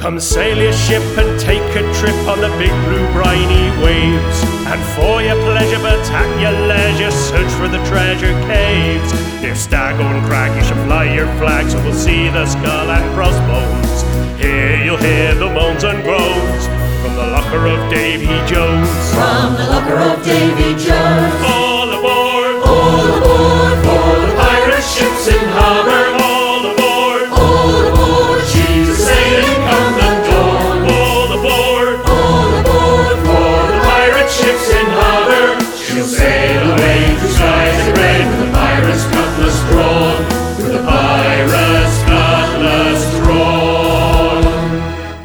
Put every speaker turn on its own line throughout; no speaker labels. Come sail your ship and take a trip on the big blue briny waves. And for your pleasure, but at your leisure, search for the treasure caves. If stag and crack, you shall fly your flag, so we'll see the skull and crossbones. Here you'll hear the moans and groans from the locker of Davy Jones.
From the locker of Davy Jones.
All aboard!
All aboard for the
pirate ships in harbor! All aboard!
All aboard, she's a sailing from the dawn.
All aboard!
All aboard for the
pirate ships in harbor!
She'll sail away through skies and rain with the pirate's cutlass drawn. With the pirate's cutlass drawn.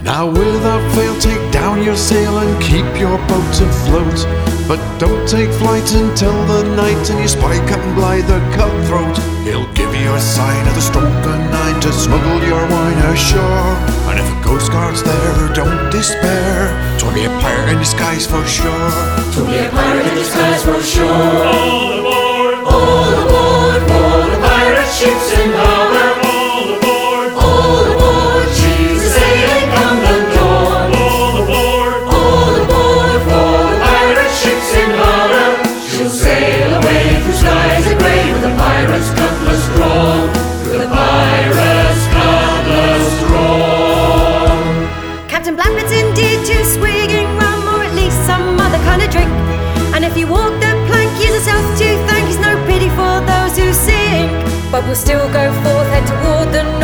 Now without fail take down your sail and keep your boat afloat. But don't take flight until the night and you spy Captain Bligh the cutthroat. He'll give you a sign of the stroke of nine to smuggle your wine ashore. And if a coast guard's there, don't despair. 'Twill be a pirate in disguise for sure.
To be a pirate in disguise for sure.
All aboard!
All aboard for the pirate ships in harbor.
All aboard!
All aboard, she's a sailing from the dawn.
All aboard!
All aboard for the pirate ships in harbor. She'll sail away through skies of grey with the pirate's cutlass drawn. With the pirate's cutlass drawn.
Captain Blackbeard's indeed to swigging rum or at least some other kind of drink. And if you walk the plank, use yourself to thank. He's no pity for those who sink. But we'll still go forth, head toward the